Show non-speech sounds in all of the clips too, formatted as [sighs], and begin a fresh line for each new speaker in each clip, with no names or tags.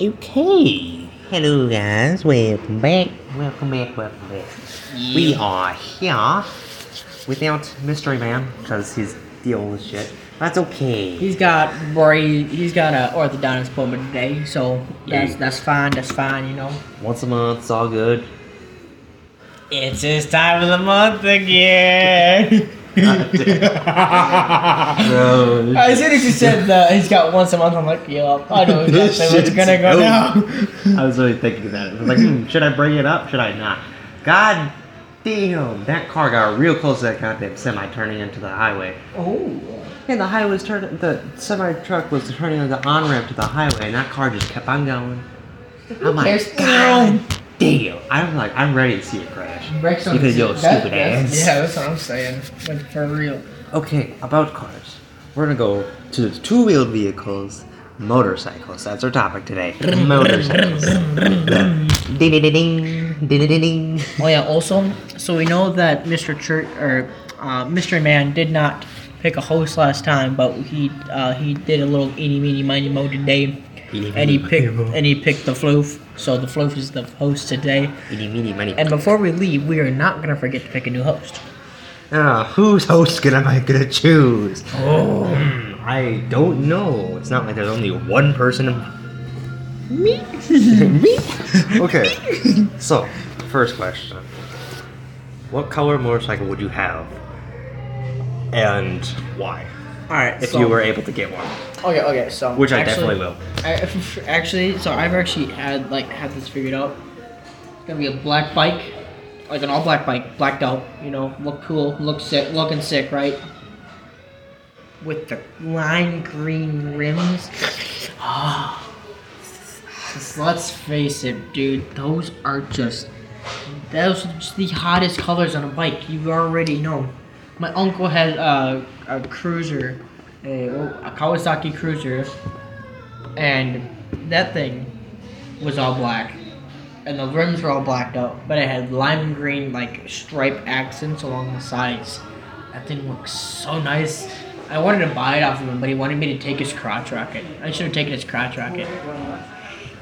Okay. Hello guys, welcome back. Welcome back, welcome back. We are here without Mystery Man because his deal is shit. That's okay.
He's got Bray. He's got an orthodontist appointment today, so that's
Yeah.
that's fine. That's fine, you know.
Once a month, it's all [laughs] good.
It's his time of the month [laughs] again.
Bro.
as soon as you said that he's got once a month, I'm like, yup, I [laughs] know exactly what's
Shit's
gonna go
over.
down.
Oh.
[laughs]
I was really thinking that. I was like, hmm, should I bring it up? Should I not? God damn, that car got real close to that goddamn semi turning into the highway.
Oh,
And the highway was turning, the semi truck was turning on the on ramp to the highway, and that car just kept on going. I'm
cares?
like, God damn! I'm like, I'm ready to see it crash.
Brakes on
Because
the-
you're a
that-
stupid
that's-
ass.
Yeah, that's what I'm saying. Like for real.
Okay, about cars. We're gonna go to two wheeled vehicles, motorcycles. That's our topic today. motorcycles. ding ding ding ding ding ding ding.
Oh yeah. Also, so we know that Mr. Church or uh, Mr. Man did not pick a host last time, but he uh, he did a little eeny meeny miny mo today,
Eeny,
and he
meeny,
picked
miny, moe.
and he picked the floof. So the floof is the host today.
Eeny, meeny, miny.
And before we leave, we are not gonna forget to pick a new host.
Ah, whose host gonna- am I gonna choose? Hmm,
Oh,
I don't know. It's not like there's only one person.
me.
Me? Okay. So, first question. What color motorcycle would you have? And why?
All right.
If
so-
you were able to get one.
Okay. Okay. So
Which I definitely
actually-
will.
I, [laughs] actually, so I've actually had like had this figured out. It's gonna be a black bike, like an all black bike, blacked out. You know, look cool, look sick, looking sick, right? With the lime green rims. Ah, [sighs] 'Cause let's face it, dude. Those are just those are just the hottest colors on a bike. You already know. My uncle had uh, a cruiser, a, a Kawasaki cruiser, and that thing was all black, and the rims were all blacked out, but it had lime green like stripe accents along the sides. That thing looks so nice. I wanted to buy it off of him, but he wanted me to take his crotch rocket. I should have taken his crotch rocket.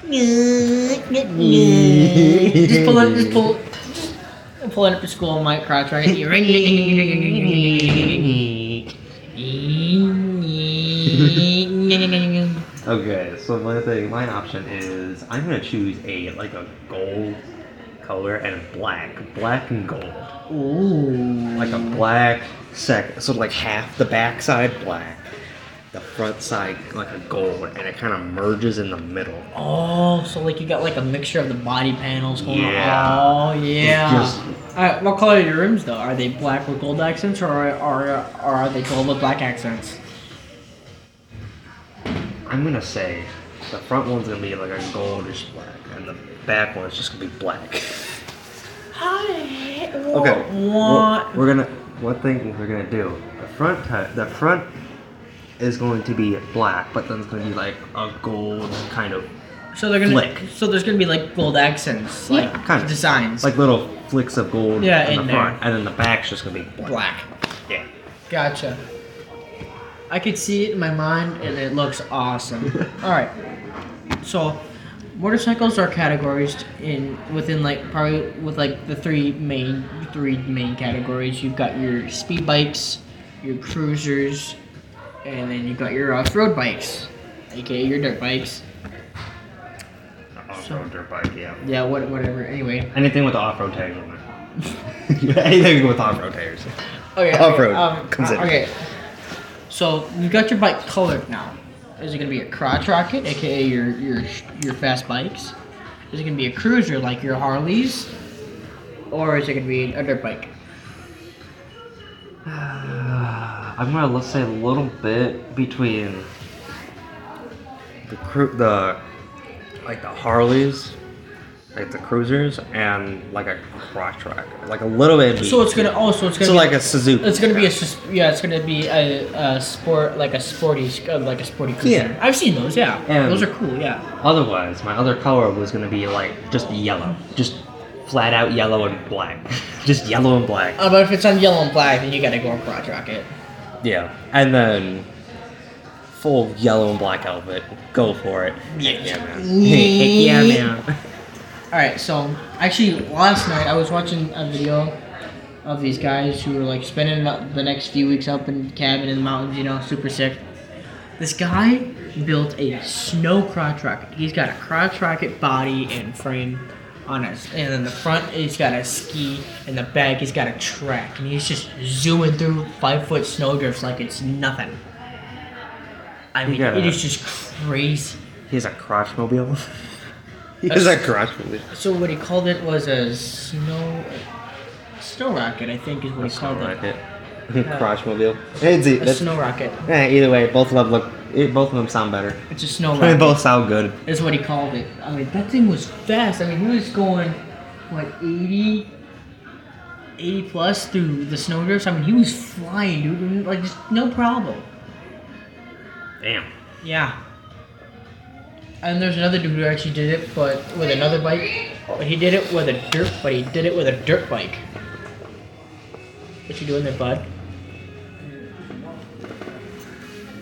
just pull it, just pull, just pull it up to school in my crotch [laughs] rocket.
Okay, so my thing, my option is I'm gonna choose a like a gold color and a black, black and gold,
Ooh.
like a black sec, so like half the back side black, the front side like a gold, and it kind of merges in the middle.
Oh, so like you got like a mixture of the body panels going
Yeah.
on. Oh yeah.
Just-
Alright, what color are your rims though? Are they black with gold accents or are, are, are they gold with black accents?
I'm gonna say the front one's gonna be like a goldish black, and the back one's just gonna be black.
I
[laughs] Okay.
want
We're, we're gonna one thing we're gonna do. The front ti- the front is going to be black, but then it's gonna be like a gold kind of
so they're gonna
flick.
so there's gonna be like gold accents, like
kind of.
designs,
like little flicks of gold
Yeah,
in,
in
the front, and then the back's just gonna be black.
black.
Yeah.
Gotcha. I could see it in my mind, and it looks awesome. All right. So, motorcycles are categorized in within like probably with like the three main three main categories. You've got your speed bikes, your cruisers, and then you've got your off-road bikes, aka your dirt bikes.
Off-road dirt bike, yeah.
Yeah, what, whatever. Anyway.
Anything with off-road tires on
[laughs]
it. [laughs] Anything with off-road tires.
Okay. okay,
Off-road comes
uh,
in.
Okay. So you've got your bike colored now. Is it gonna be a crotch rocket, aka your your your fast bikes? Is it gonna be a cruiser like your Harleys, or is it gonna be a dirt bike?
I'm gonna let's say a little bit between the cru- the like the Harleys, like the cruisers, and like a crotch rocket, like a little bit.
So it's gonna oh so it's gonna
so
be,
like a Suzuki.
it's gonna be a sus- yeah it's gonna be a, a sport like a sporty uh, like a sporty cruiser.
Yeah.
I've seen those. Yeah.
And-
those are cool. Yeah.
Otherwise, my other color was gonna be like just yellow, just flat out yellow and black, [laughs] just yellow and black.
Uh, but if it's on yellow and black, then you gotta go crotch rocket.
Yeah, and then full yellow and black outfit. Go for it. Heck yeah, man.
Yeah.
Heck yeah, man.
All right, so actually last night I was watching a video of these guys who were like spending the the next few weeks up in cabin in the mountains, you know, super sick. This guy built a snow crotch rocket. He's got a crotch rocket body and frame on us, and then the front he's got a ski, and the back he's got a track, and he's just zooming through five foot snowdrifts like it's nothing. I mean,
got
it
a-
is just crazy.
He has a crotch mobile. [laughs] he has a crotch mobile.
So what he called it was a snow snow rocket, I think is what
A
he
snow
called it.
rocket. [laughs] crotch mobile. Hey, it's-
A
that's-
snow rocket.
eh, either way, both of them look. eh, Both of them sound better.
It's
[laughs]
a snow
They
rocket.
both sound good.
Is what he called it. I mean that thing was fast. I mean he was going what 80, 80 plus through the snow drifts. I mean he was flying, dude. and, Like just no problem.
Damn.
Yeah. And there's another dude who actually did it, but with another bike. But he did it with a dirt, but he did it with a dirt bike. What you doing there, bud?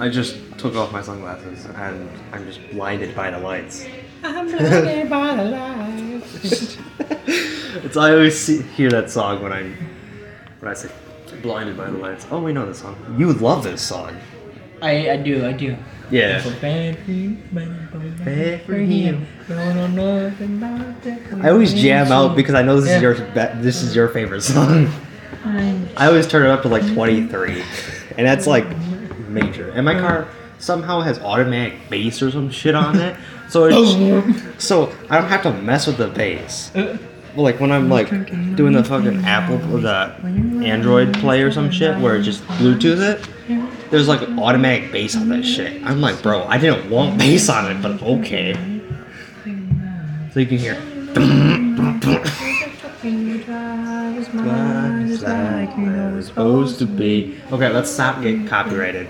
I just took off my sunglasses and I'm just blinded by the lights. [laughs]
I'm blinded by the lights.
it's I always see, hear that song when I'm when I say blinded by the lights. Oh, we know this song. You would love this song.
I, I do, I do.
Yeah.
For bad for you, bad for you,
Bad for you.
Don't know nothing about that.
I always jam out because I know this
Yeah.
is your be- this is your favorite song.
I'm-
I always turn it up to like 23, and that's like major. And my car somehow has automatic bass or some shit on it, so it's, so I don't have to mess with the bass. But like when I'm like doing the fucking Apple or the Android Play or some shit where it just Bluetooth it, there's like automatic bass on that shit. I'm like, bro, I didn't want bass on it, but okay. So you can hear. supposed to be. Okay, let's stop getting copyrighted.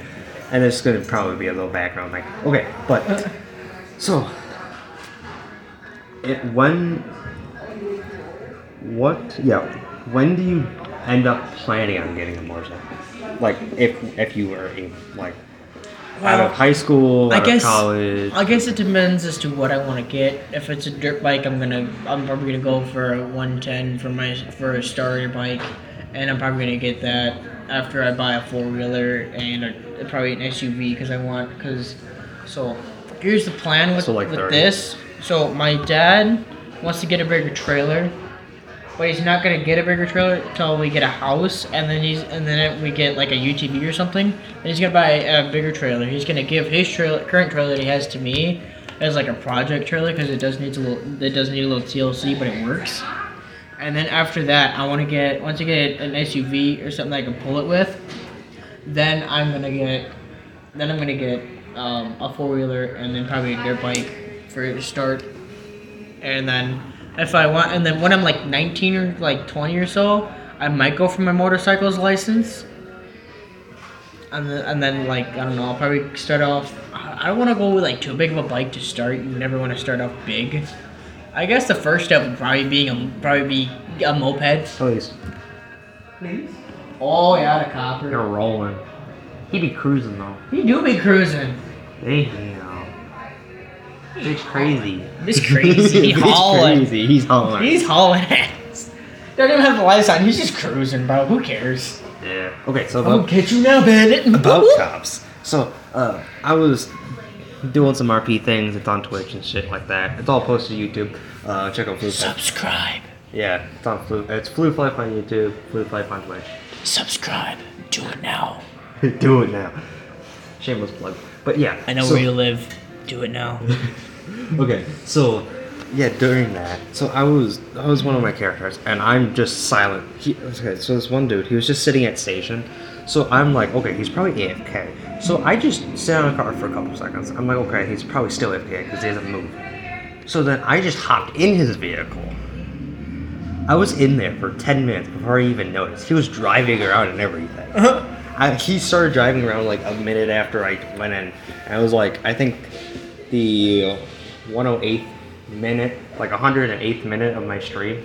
And there's gonna probably be a little background like okay, but so it, when what yeah, when do you end up planning on getting a motorcycle? Like if if you were in, like out
Well,
of high school,
I
out
guess
of college.
I guess it depends as to what I want to get. If it's a dirt bike, I'm gonna I'm probably gonna go for a 110 for my for a starter bike, and I'm probably gonna get that after I buy a four wheeler and a, probably an SUV because I want because so here's the plan with
So, like,
with
30.
this. So my dad wants to get a bigger trailer. But he's not gonna get a bigger trailer till we get a house, and then he's and then we get like a UTV or something. And he's gonna buy a bigger trailer. He's gonna give his trailer, current trailer that he has to me, as like a project trailer because it does need a little, it does need a little TLC, but it works. And then after that, I want to get once I get an SUV or something I can pull it with, then I'm gonna get, then I'm gonna get um, a four wheeler and then probably a dirt bike for a start and then if I want, and then when I'm like 19 or like 20 or so, I might go for my motorcycle's license. And then, and then like I don't know, I'll probably start off. I I don't want to go with like too big of a bike to start. You never want to start off big. I guess the first step would probably being a probably be a moped.
Please.
Oh yeah, the copper.
rolling. He'd be cruising though.
You do be cruising.
They hang out. It's crazy.
This
[laughs]
crazy he hauling.
crazy. He's hauling.
He's hauling ass. Don't even have the lights on. He's just cruising, bro. Who cares?
yeah. Okay, so
I'm gonna
about,
catch you now, bandit.
about cops. So, uh, I was doing some RP things. It's on Twitch and shit like that. It's all posted to YouTube. Uh, check out Flu Flife.
Subscribe.
Yeah, it's on Flu. It's Flu Flife on YouTube. Flu Flife on Twitch. [laughs]
Subscribe. Do it now.
Do it now. Shameless plug. But yeah.
I know
so-
where you live. Do it now.
okay so yeah during that so i was i was one of my characters and i'm just silent he, okay so this one dude he was just sitting at station so i'm like okay he's probably afk so i just sit on the car for a couple seconds i'm like okay he's probably still afk because he hasn't moved so then i just hopped in his vehicle i was in there for 10 minutes before i even noticed he was driving around and everything I, he started driving around like a minute after I went in. And I was like, I think the 108th minute, like 108th minute of my stream.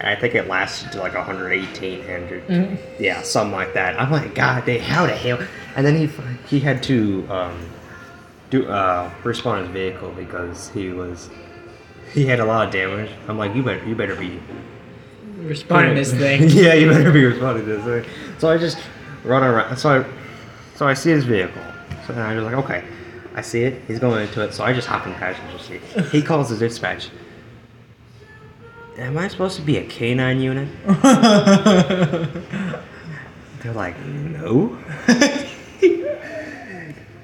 And I think it lasted to like 118, 100. Yeah, something like that. I'm like, God, they, how the hell? And then he, he had to, um, do uh, respawner's vehicle because he was he had a lot of damage. I'm like, you better you better be [laughs]
Responding this thing.
yeah, you better be responding to this thing. So I just run around. So I, so I see his vehicle. So then I'm just like, okay, I see it. He's going into it. So I just hop in the passenger seat. He calls his dispatch. Am I supposed to be a canine
[laughs]
unit? They're like, no.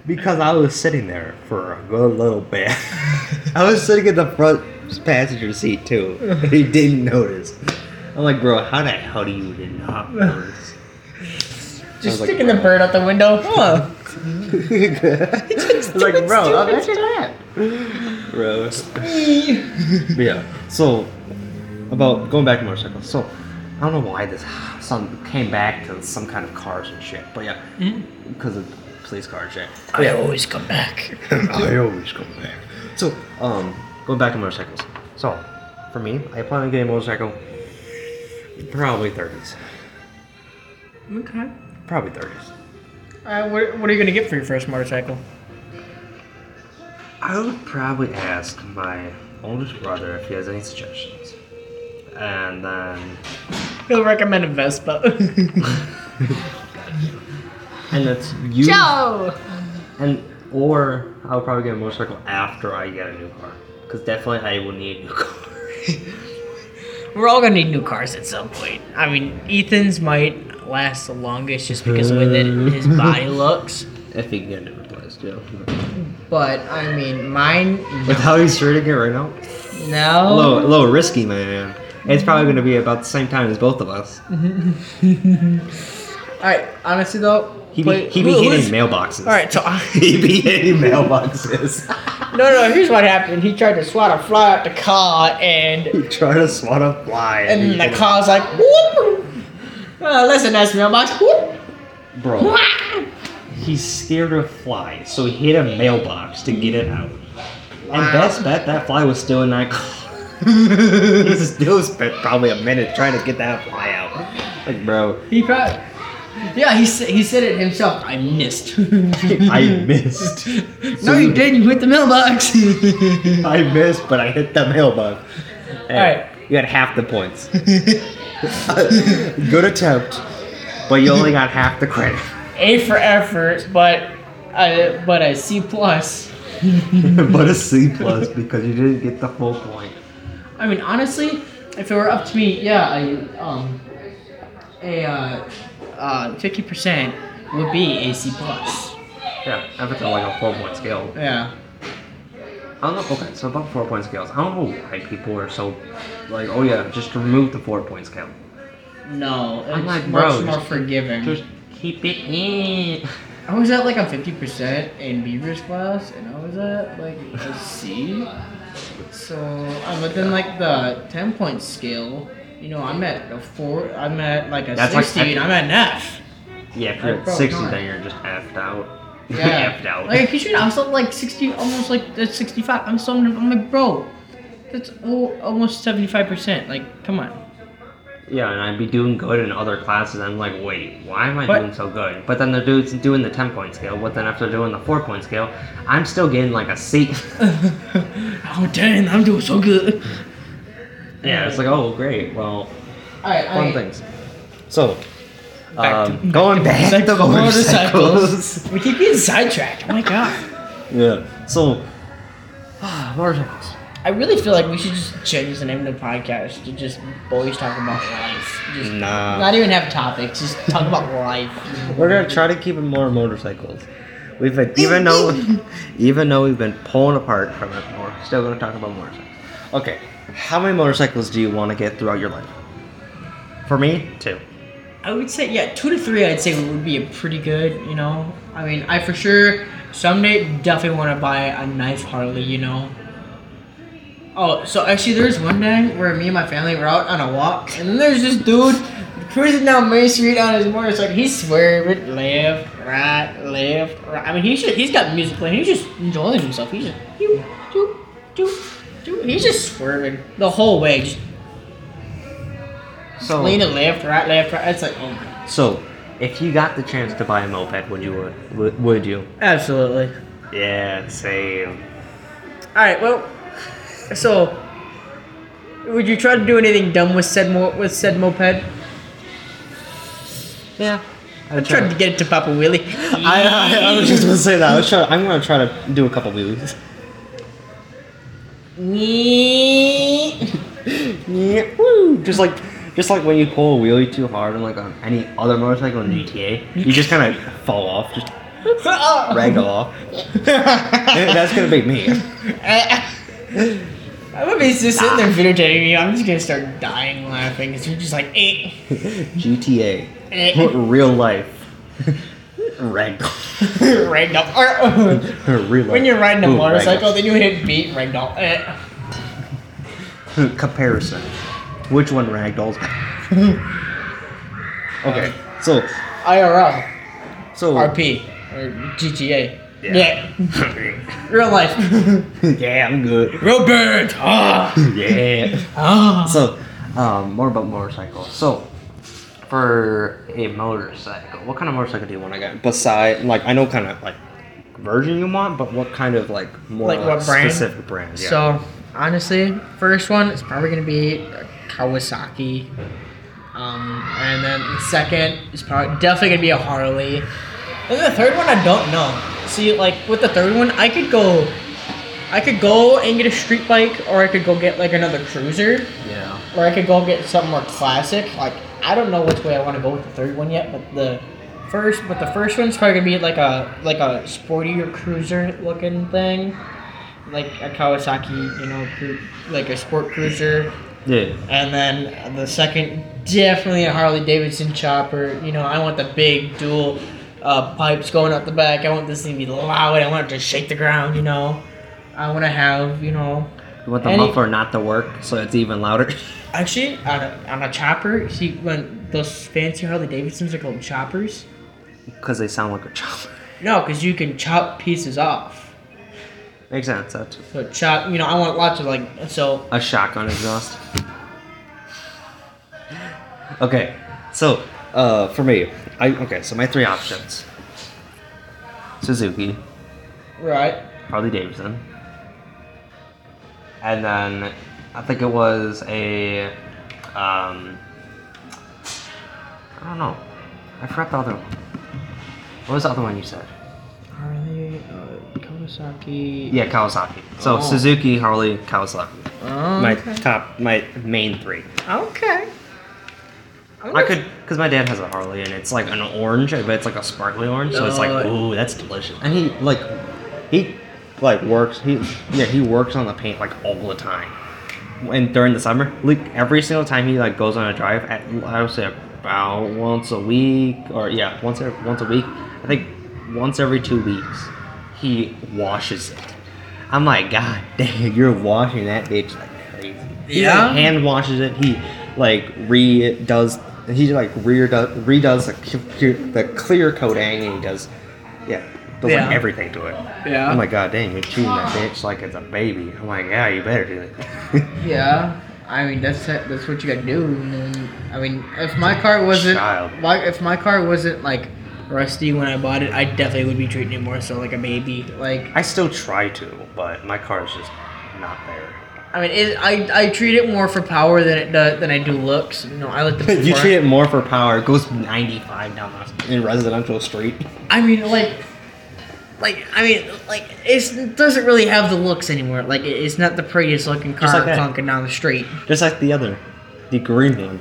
because I was sitting there for a good little bit. [laughs] I was sitting in the front passenger seat too. He didn't notice. I'm like, bro, how the hell do you did not [laughs] notice?
Just
like,
sticking the
"Bro."
bird out the window.
[laughs]
Huh.
It's like, bro, I'm
Stupid, stupid.
bro. But yeah. So about going back to motorcycles. So I don't know why this some came back to some kind of cars and shit. But yeah, because of police car and shit. But
I
yeah,
always come back.
[clears throat] I always come back. So um, going back to motorcycles. So for me, I plan on getting a motorcycle. Probably thirties.
Okay.
Probably thirties.
Uh, what, what are you gonna get for your first motorcycle?
I would probably ask my oldest brother if he has any suggestions, and then.
He'll recommend a Vespa. [laughs]
And that's you.
Joe.
And or I would probably get a motorcycle after I get a new car, because definitely I will need a new [laughs] car.
We're all gonna need new cars at some point. I mean, Ethan's might last the longest just because of the way
[laughs]
that his body looks.
if he can get it replaced, yeah.
But I mean, mine.
With how he's treating it right now, a
No.
little, a little risky, man. It's probably going to be about the same time as both of us.
All right. Honestly, though,
He be,
wait,
he be
who-
hitting
who's-
mailboxes. [laughs]
All right. So I,
he be hitting mailboxes. [laughs]
no, no. Here's what happened. He tried to swat a fly out the car, and
he tried to swat a fly.
and
he
the car's like whoop. Uh, listen, that's mailbox. Whoop.
Bro, he's scared of flies, so he hit a mailbox to get it out. And
Wow.
best bet that fly was still in that car. [laughs] he still spent probably a minute trying to get that fly out. Like, bro,
He probably. Yeah, he sa- he said it himself. I missed. [laughs]
I missed.
no, you didn't. You hit
[laughs]
the mailbox.
I missed, but I hit the mailbox. Hey,
Alright.
You got half the points. Good attempt, but you only got half the credit.
A for effort, but I but a C plus.
[laughs] but a C plus because you didn't get the full point.
I mean, honestly, if it were up to me, yeah, a um, a uh, fifty percent would be a C plus.
Yeah, everything like a four point scale.
Yeah.
I don't know. Okay, so about four point scales. I don't know why people are so like, oh yeah, just remove the four point scale.
No, it's
I'm like,
much
bro,
more
just-
forgiving.
Just keep it in.
I was at like a fifty percent in Beaver's class, and I was at like a C. So, uh, but then like the ten point scale, you know, I'm at a four. I'm at like a
That's like
sixty, and I'm at an F.
Yeah, if you're
Like,
at
bro,
sixty,
come on.
then you're just effed out. [laughs]
Yeah.
effed out.
Like, could you? I was at like sixty, almost like that's sixty-five. I'm so. I'm like, bro, that's oh, almost seventy-five percent. Like, come on.
yeah, and I'd be doing good in other classes. I'm like, wait, why am I
But-
doing so good? But then the dude's doing the ten point scale. But then after doing the four point scale, I'm still getting like a C.
[laughs] oh dang, I'm doing so good.
[laughs] yeah, it's like, oh great, well,
All right,
fun
I,
things. So.
Back to-
um, going back, to
[laughs]
motorcycles. [laughs]
We keep getting sidetracked. Oh my god.
Yeah. So, [sighs] motorcycles.
I really feel like we should just change the name of the podcast to just boys talk about life. Just
Nah.
Not even have topics. Just talk about [laughs] life.
We're gonna try to keep it more motorcycles. We've been, even though, [laughs] even though we've been pulling apart from it more, still gonna talk about motorcycles. Okay. How many motorcycles do you want to get throughout your life? For me, two.
I would say yeah, two to three. I'd say would be a pretty good. You know, I mean, I for sure someday definitely want to buy a nice Harley. You know. Oh, so actually, there's one day where me and my family were out on a walk, and then there's this dude cruising down Main Street on his motorcycle. He's swerving left, right, left, right. I mean, he should, he's got music playing. He's just enjoying himself. He's just doop, doop, doop, doop. He's just swerving the whole way, just
So,
leaning left, right, left, right. It's like, oh my.
so if you got the chance to buy a moped, would you? Would, would you?
Absolutely.
Yeah, same.
All right. Well, so would you try to do anything dumb with said mo- with said moped?
Yeah. I
I tried to get it to Papa Willie.
[laughs] I, I, I was just gonna say that. I was try, I'm gonna try to do a couple wheelies. [laughs] yeah, woo. Just like, just like when you pull a wheelie too hard on like on any other motorcycle
Mm.
in GTA, you just kind of fall off, just
[laughs]
ragdoll off. [laughs] That's gonna be me.
I'm gonna be just sitting there videotaping you. I'm just gonna start dying laughing because you're just like, eh. [laughs]
GTA,
Eh.
real
[laughs]
life, ragdoll,
ragdoll. Or- [laughs]
real life.
when you're riding a
Ooh,
motorcycle,
ragdoll.
then you hit beat ragdoll. Eh.
comparison. Which one ragdolls? [laughs] okay, so
IRL,
so
RP, or GTA.
Yeah.
Yeah. Real life.
[laughs] [laughs] yeah, I'm good.
Robert. Ah.
[laughs] Yeah.
Ah.
So, um, more about motorcycles. So, for a motorcycle, what kind of motorcycle do you want to get? Besides, like I know kind of like version you want, but what kind of like more
Like what brand?
specific brand? Yeah.
So honestly, first one is probably gonna be a Kawasaki. Um, and then the second is probably definitely gonna be a Harley. And then the third one I don't know. See, like with the third one, I could go, I could go and get a street bike, or I could go get like another cruiser,
yeah.
or I could go get something more classic. Like I don't know which way I want to go with the third one yet, but the first, but the first one's probably gonna be like a like a sportier cruiser looking thing, like a Kawasaki, you know, cru- like a sport cruiser,
Yeah.
and then the second definitely a Harley Davidson chopper. You know, I want the big dual uh, pipes going up the back. I want this thing to be loud. I want it to shake the ground. You know, I want to have you know
You want the
Any-
muffler not to work, so it's even louder. [laughs]
Actually, on a, on a chopper, see when those fancy Harley Davidsons are called choppers.
Because they sound like a chopper.
No, because you can chop pieces off.
[laughs] Makes sense. That's
So chop, you know, I want lots of like so.
a shotgun exhaust. [laughs] Okay, so uh, for me, I okay. So my three options: Suzuki,
Right.
Harley Davidson, and then I think it was a um, I don't know. I forgot the other one. What was the other one you said?
Harley, uh, Kawasaki.
Yeah, Kawasaki. So
Oh.
Suzuki, Harley, Kawasaki.
Oh,
My
okay.
top, my main three.
okay. I'm
I
gonna-
could, because my dad has a Harley and it's like an orange, but it's like a sparkly orange, so it's like,
Oh.
ooh, that's delicious. And he like, he like works. He yeah, he works on the paint like all the time. And during the summer, like every single time he like goes on a drive, at, I would say about once a week, or yeah, once every, once a week. I think once every two weeks, he washes it. I'm like, God dang, you're washing that bitch like crazy. He like,
Yeah?
hand washes it. He like redoes. He like redo, redoes the clear, the clear coating, and he does, yeah, does
Yeah.
like everything to it.
Yeah.
I'm like, God dang, you're cheating that bitch like it's a baby. I'm like, yeah, you better do it. [laughs]
Yeah, I mean that's that's what you gotta do. and then- I mean, if my car wasn't
Child.
my if my car wasn't like rusty when I bought it, I definitely would be treating it more so like a baby. Like
I still try to, but my car is just not there.
I mean, it, I I treat it more for power than it does than I do looks. You know, I let the
[laughs] you treat it more for power. It goes 95 down the in residential street.
I mean, like. Like I mean, like it's, it doesn't really have the looks anymore. Like it, it's not the prettiest looking car
Just like that.
clunking down the street.
Just like the other, the green one.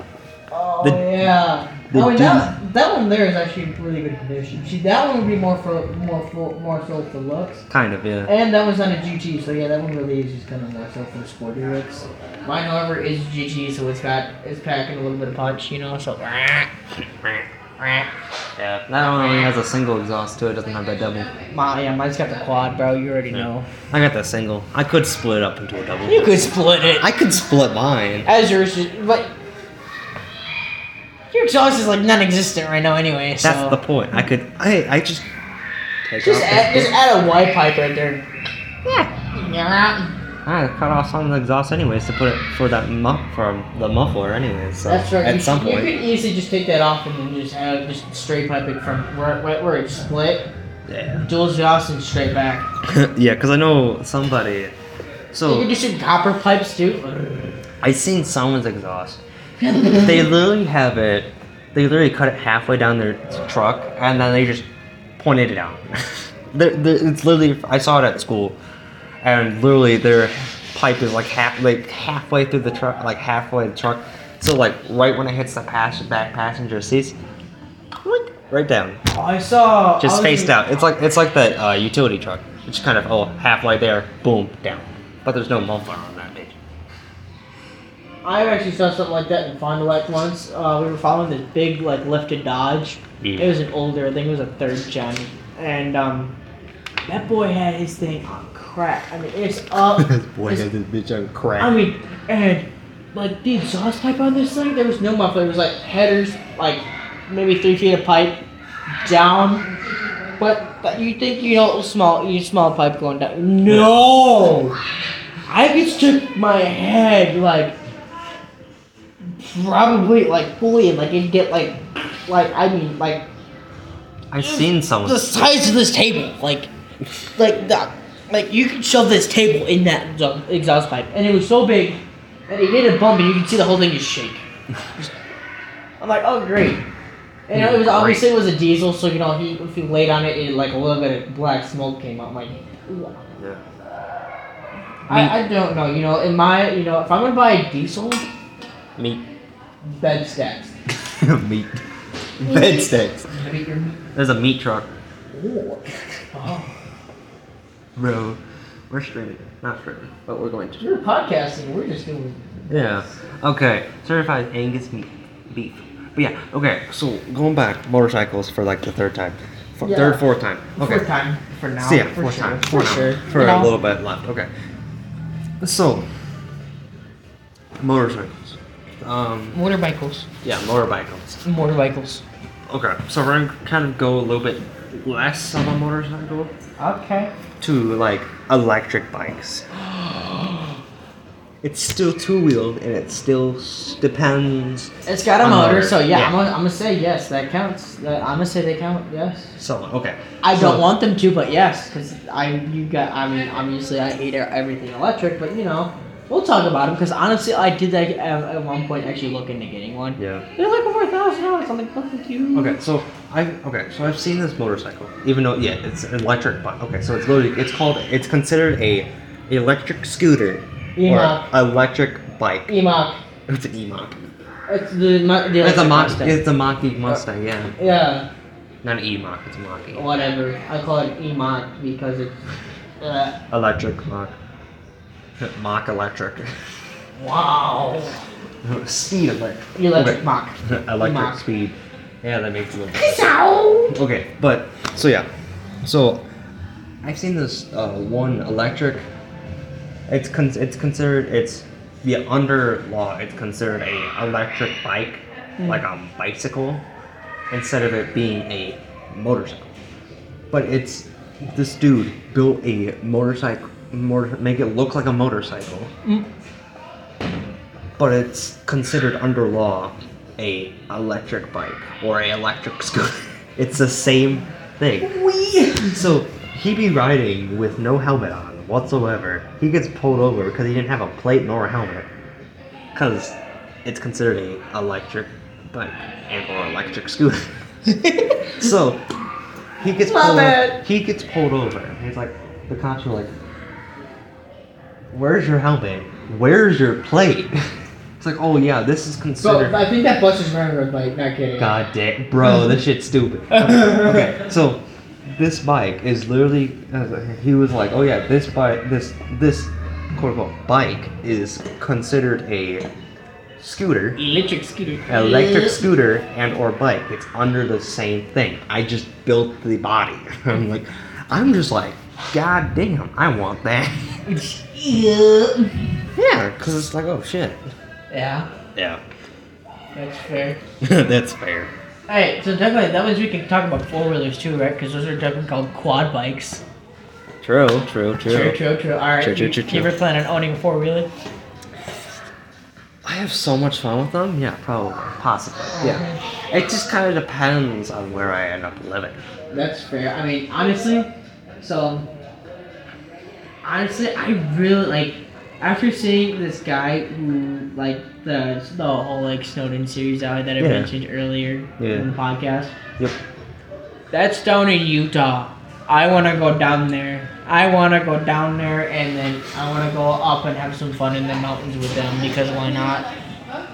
Oh
The-
yeah.
the
I mean,
D.
that, that one there is actually in really good condition. See, that one would be more for more for more so for looks,
Kind of, yeah.
and that one's on a GT. So yeah, that one really is just kind of more so for the sporty looks. Mine, however, is GT, so it's got it's packing a little bit of punch, you know. So [laughs] my
Yeah, that one only has a single exhaust too. It doesn't have that double.
yeah, mine's got the quad, bro. You already know.
I got that single. I could split it up into a double.
You could split it.
I could split mine.
As yours, is, but your exhaust is like non-existent right now, anyway. So.
That's the point. I could. I I just. Take
Just
off
add,
this
just add a Y pipe right there. Yeah.
bit. I cut off some of the exhaust anyways to put it for that muff for the muffler anyways. So
That's right.
At
you,
some
should- you
point.
could easily just take that off and then just have just straight pipe it from where, where, where it's split.
Yeah. [laughs]
Dual Johnson straight back.
yeah, because I know somebody.
You're
So
just in copper pipes too.
I seen someone's exhaust. they literally have it. They literally cut it halfway down their truck, and then they just pointed it out. [laughs] They're- they're- it's literally. I saw it at school, and literally their pipe is like half, like halfway through the truck, like halfway the truck. So like right when it hits the pass, back passenger seats, click, right down,
I saw.
just
I was
faced
in-
out. It's like it's like that uh, utility truck. It's just kind of oh halfway there, boom down. But there's no muffler on that bitch.
I actually saw something like that in Fond du Lac once. Uh, we were following this big like lifted Dodge.
Yeah.
It was an older, I think it was a third gen, and um, that boy had his thing on crack. I mean, it's up. it's-
[laughs] this bitch on crack.
I mean, and like the exhaust pipe on this thing, there was no muffler. It was like headers, like maybe three feet of pipe down. But but you think you know small you small pipe going down? No, I just took my head like probably like fully and like it'd get like like I mean like
I've seen someone.
the size of this table, like, like the, like you could shove this table in that exha- exhaust pipe, and it was so big that it hit a bump, and you could see the whole thing just shake. Just- I'm like, oh great, and it was obviously it was a diesel, so you know he if he laid on it, it like a little bit of black smoke came out. I'm like, "Ooh."
Yeah.
I, I don't know, you know, in my you know if I'm gonna buy a diesel
Meat.
bed stacks,
[laughs] meat. Bed stacks.
I mean, you're-
There's a meat truck.
ooh. oh,
Bro. We're streaming. Not streaming, but we're going to.
you're podcasting, we're just doing.
Yeah. Okay. Certified Angus meat, beef. But yeah. Okay. So going back, motorcycles for like the third time, for,
Yeah.
third, fourth time. Okay.
For time, for now,
So yeah,
for
fourth
sure,
time.
for
fourth
sure.
time, For
You know?
a little bit left. Okay. So motorcycles. Um.
Motorcycles.
Yeah, motorcycles.
Motorcycles.
Okay, so we're gonna kind of go a little bit less of a motorcycle
Okay.
to like electric [gasps] bikes. It's still two wheeled and it still s- depends.
It's got a
On
motor,
motor,
so yeah,
yeah.
I'm, gonna, I'm gonna say yes. That counts. That, I'm gonna say they count. Yes.
So okay.
I
so-
don't want them to, but yes, because I you got. I mean, obviously, I hate e-, everything electric, but you know, we'll talk about them. Because honestly, I did that at, at one point. Actually, look into getting one.
Yeah.
They're like over a thousand dollars. I'm like, fuck you.
Okay, so I okay, so I've seen this motorcycle, even though yeah, it's an electric bike. Okay, so it's literally it's called it's considered a electric scooter
Emok.
or electric bike.
Emok.
It's an Emok.
It's the, mo- the
It's a
electric
Mach.
Mustang.
It's a Mach-E Mustang. Yeah,
yeah.
not an Emok. It's a E. Mach-E.
Whatever. I call it Emok because it's. Uh,
Electric mock. mock electric.
wow.
speed electric.
Electric
Okay. [laughs]
Mach.
electric
Mock.
speed. Yeah, that makes a little
So.
Okay, but so yeah. So I've seen this uh, one electric it's con- it's considered it's yeah, under law it's considered a electric bike, like a bicycle, instead of it being a motorcycle. But it's this dude built a motorcycle, motor, make it look like a motorcycle.
Mm.
But it's considered under law a electric bike or a electric [laughs] scooter. It's the same thing. So he be riding with no helmet on whatsoever. He gets pulled over because he didn't have a plate nor a helmet. Because it's considered a electric bike and or electric
[laughs]
scooter. so he gets
Love
pulled.
it.
He gets pulled over. and He's like, the cops are like, "Where's your helmet? Where's your plate?" [laughs] It's like, oh yeah, this is
Bro,
considered.
I think that bus is running red light. Not kidding. [laughs]
God damn, bro, this shit's stupid. Okay, so this bike is literally. uh, He was like, "Oh yeah, this bike, this this quote unquote bike is considered a scooter,
Electric scooter.
electric scooter, and or bike. It's under the same thing. I just built the body. [laughs] I'm like, I'm just like, God damn, I want that. [laughs]
Yeah.
yeah, because it's like, oh shit.
Yeah,
Yeah,
that's fair.
[laughs] that's fair.
Alright, so definitely that means we can talk about four wheelers too, right? Because those are definitely called quad bikes.
True, true,
True, true, true. Alright,
True,
you,
true, true,
you ever plan on owning a four wheeler?
I have so much fun with them. Yeah, probably, possibly. Yeah, it just kind of depends on where I end up living.
That's fair. I mean, honestly, so honestly, I really like after seeing this guy who like the the whole like Snowden series out that I
Yeah.
mentioned earlier
Yeah.
in the podcast.
Yep.
That's down in Utah. I want to go down there. I want to go down there and then I want to go up and have some fun in the mountains with them because why not?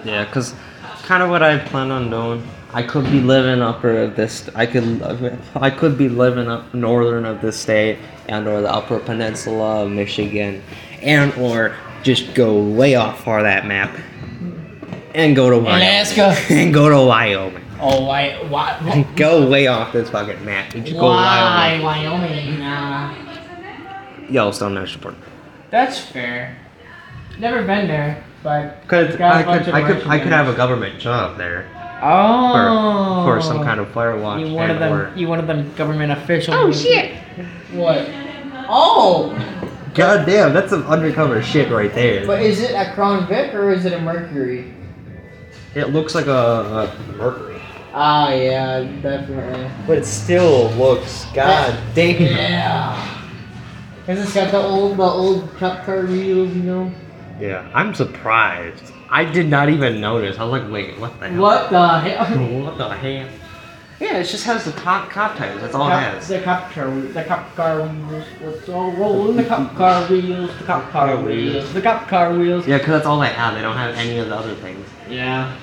Yeah, cause kind of what I plan on doing. I could be living upper of this. I could I could be living up northern of the state and or the upper peninsula of Michigan, and or just go way off far that map, and go to Wyoming.
Alaska.
[laughs] and go to Wyoming.
Oh, why? Why? why-
[laughs] Go way off this fucking map. You just go
Why
Wyoming.
Wyoming? Nah,
Yellowstone National Park.
that's fair. Never been there, but
Cause
Got a
I
bunch
could,
of
I could, I
Russian
could have a government job there for,
oh,
for some kind of fire watch
You one of
and
them.
or
You one of them government officials. Oh shit! What? Oh,
God damn, that's some undercover shit right there.
but is it a Crown Vic or is it a Mercury?
it looks like a, a mercury,
Ah, yeah, definitely.
but it still looks god damn.
Yeah. Cause it's got the old, the old cup car wheels, you know.
Yeah, I'm surprised. I did not even notice. I was like, wait, what the hell?
What the [laughs] hell?
What the hell? Yeah, it just has the cop cop tires. That's all it
Cup-
has.
The cup car, the cup car wheels. What's all rolling? The cup car wheels. The cup car
Car wheels.
wheels. The cup car wheels.
Yeah, because that's all they have. They don't have any of the other things.
Yeah.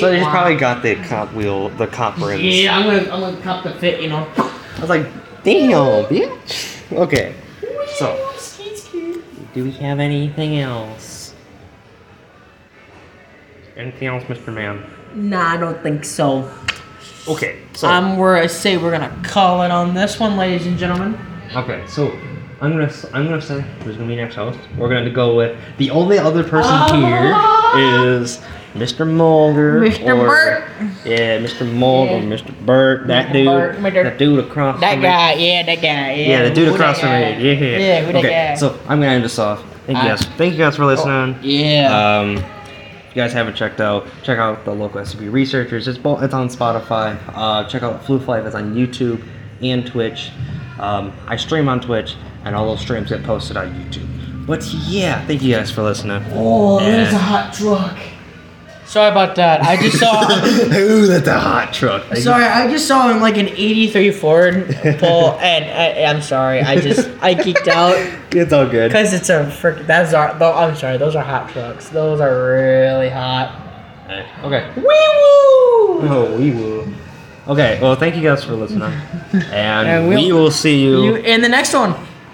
So they just probably got the cop wheel, the cop rims.
Yeah, I'm gonna, I'm gonna cop the fit, you know.
I was like, damn, bitch. Okay. So, do we have anything else? Anything else, Mr. Man?
Nah, I don't think so.
Okay. So,
um, we're I say we're gonna call it on this one, ladies and gentlemen.
okay. So, I'm gonna s- I'm gonna say who's gonna be next host. We're gonna go with the only other person
Ah!
here is Mr. Mulder.
Mr.
or-
Burt.
Yeah, Mr. Mulder,
Yeah.
Mr. Burt. That
Mr.
dude.
Burt, Mr.
That dude across.
That
from me.
guy, yeah, that guy, yeah.
Yeah, the dude
Who
across from
that
me. Yeah, yeah.
Yeah, who that
okay,
guy?
so I'm gonna end this off. Thank you
Uh,
guys. Thank you guys for listening.
guy? Yeah.
Um, if you guys haven't checked out, check out the local SCP researchers. It's bo- it's on Spotify. Uh, check out Flu Fly. It's on YouTube and Twitch. Um, I stream on Twitch, and all those streams get posted on YouTube. But yeah, thank you guys for listening.
oh,
there's a
hot truck. Sorry about that. I just [laughs] saw.
[laughs] Ooh, that's a hot truck.
sorry, I just saw him like an '83 Ford pull, [laughs] and I, I'm sorry. I just I geeked [laughs] out
[laughs] It's all good.
because it's a frick. That's our. Though I'm sorry. Those are hot trucks. Those are really hot.
Okay.
Wee woo!
Oh, we will. [laughs] Okay, well, thank you guys for listening. And,
And
we
we'll-
will see
You in the next one.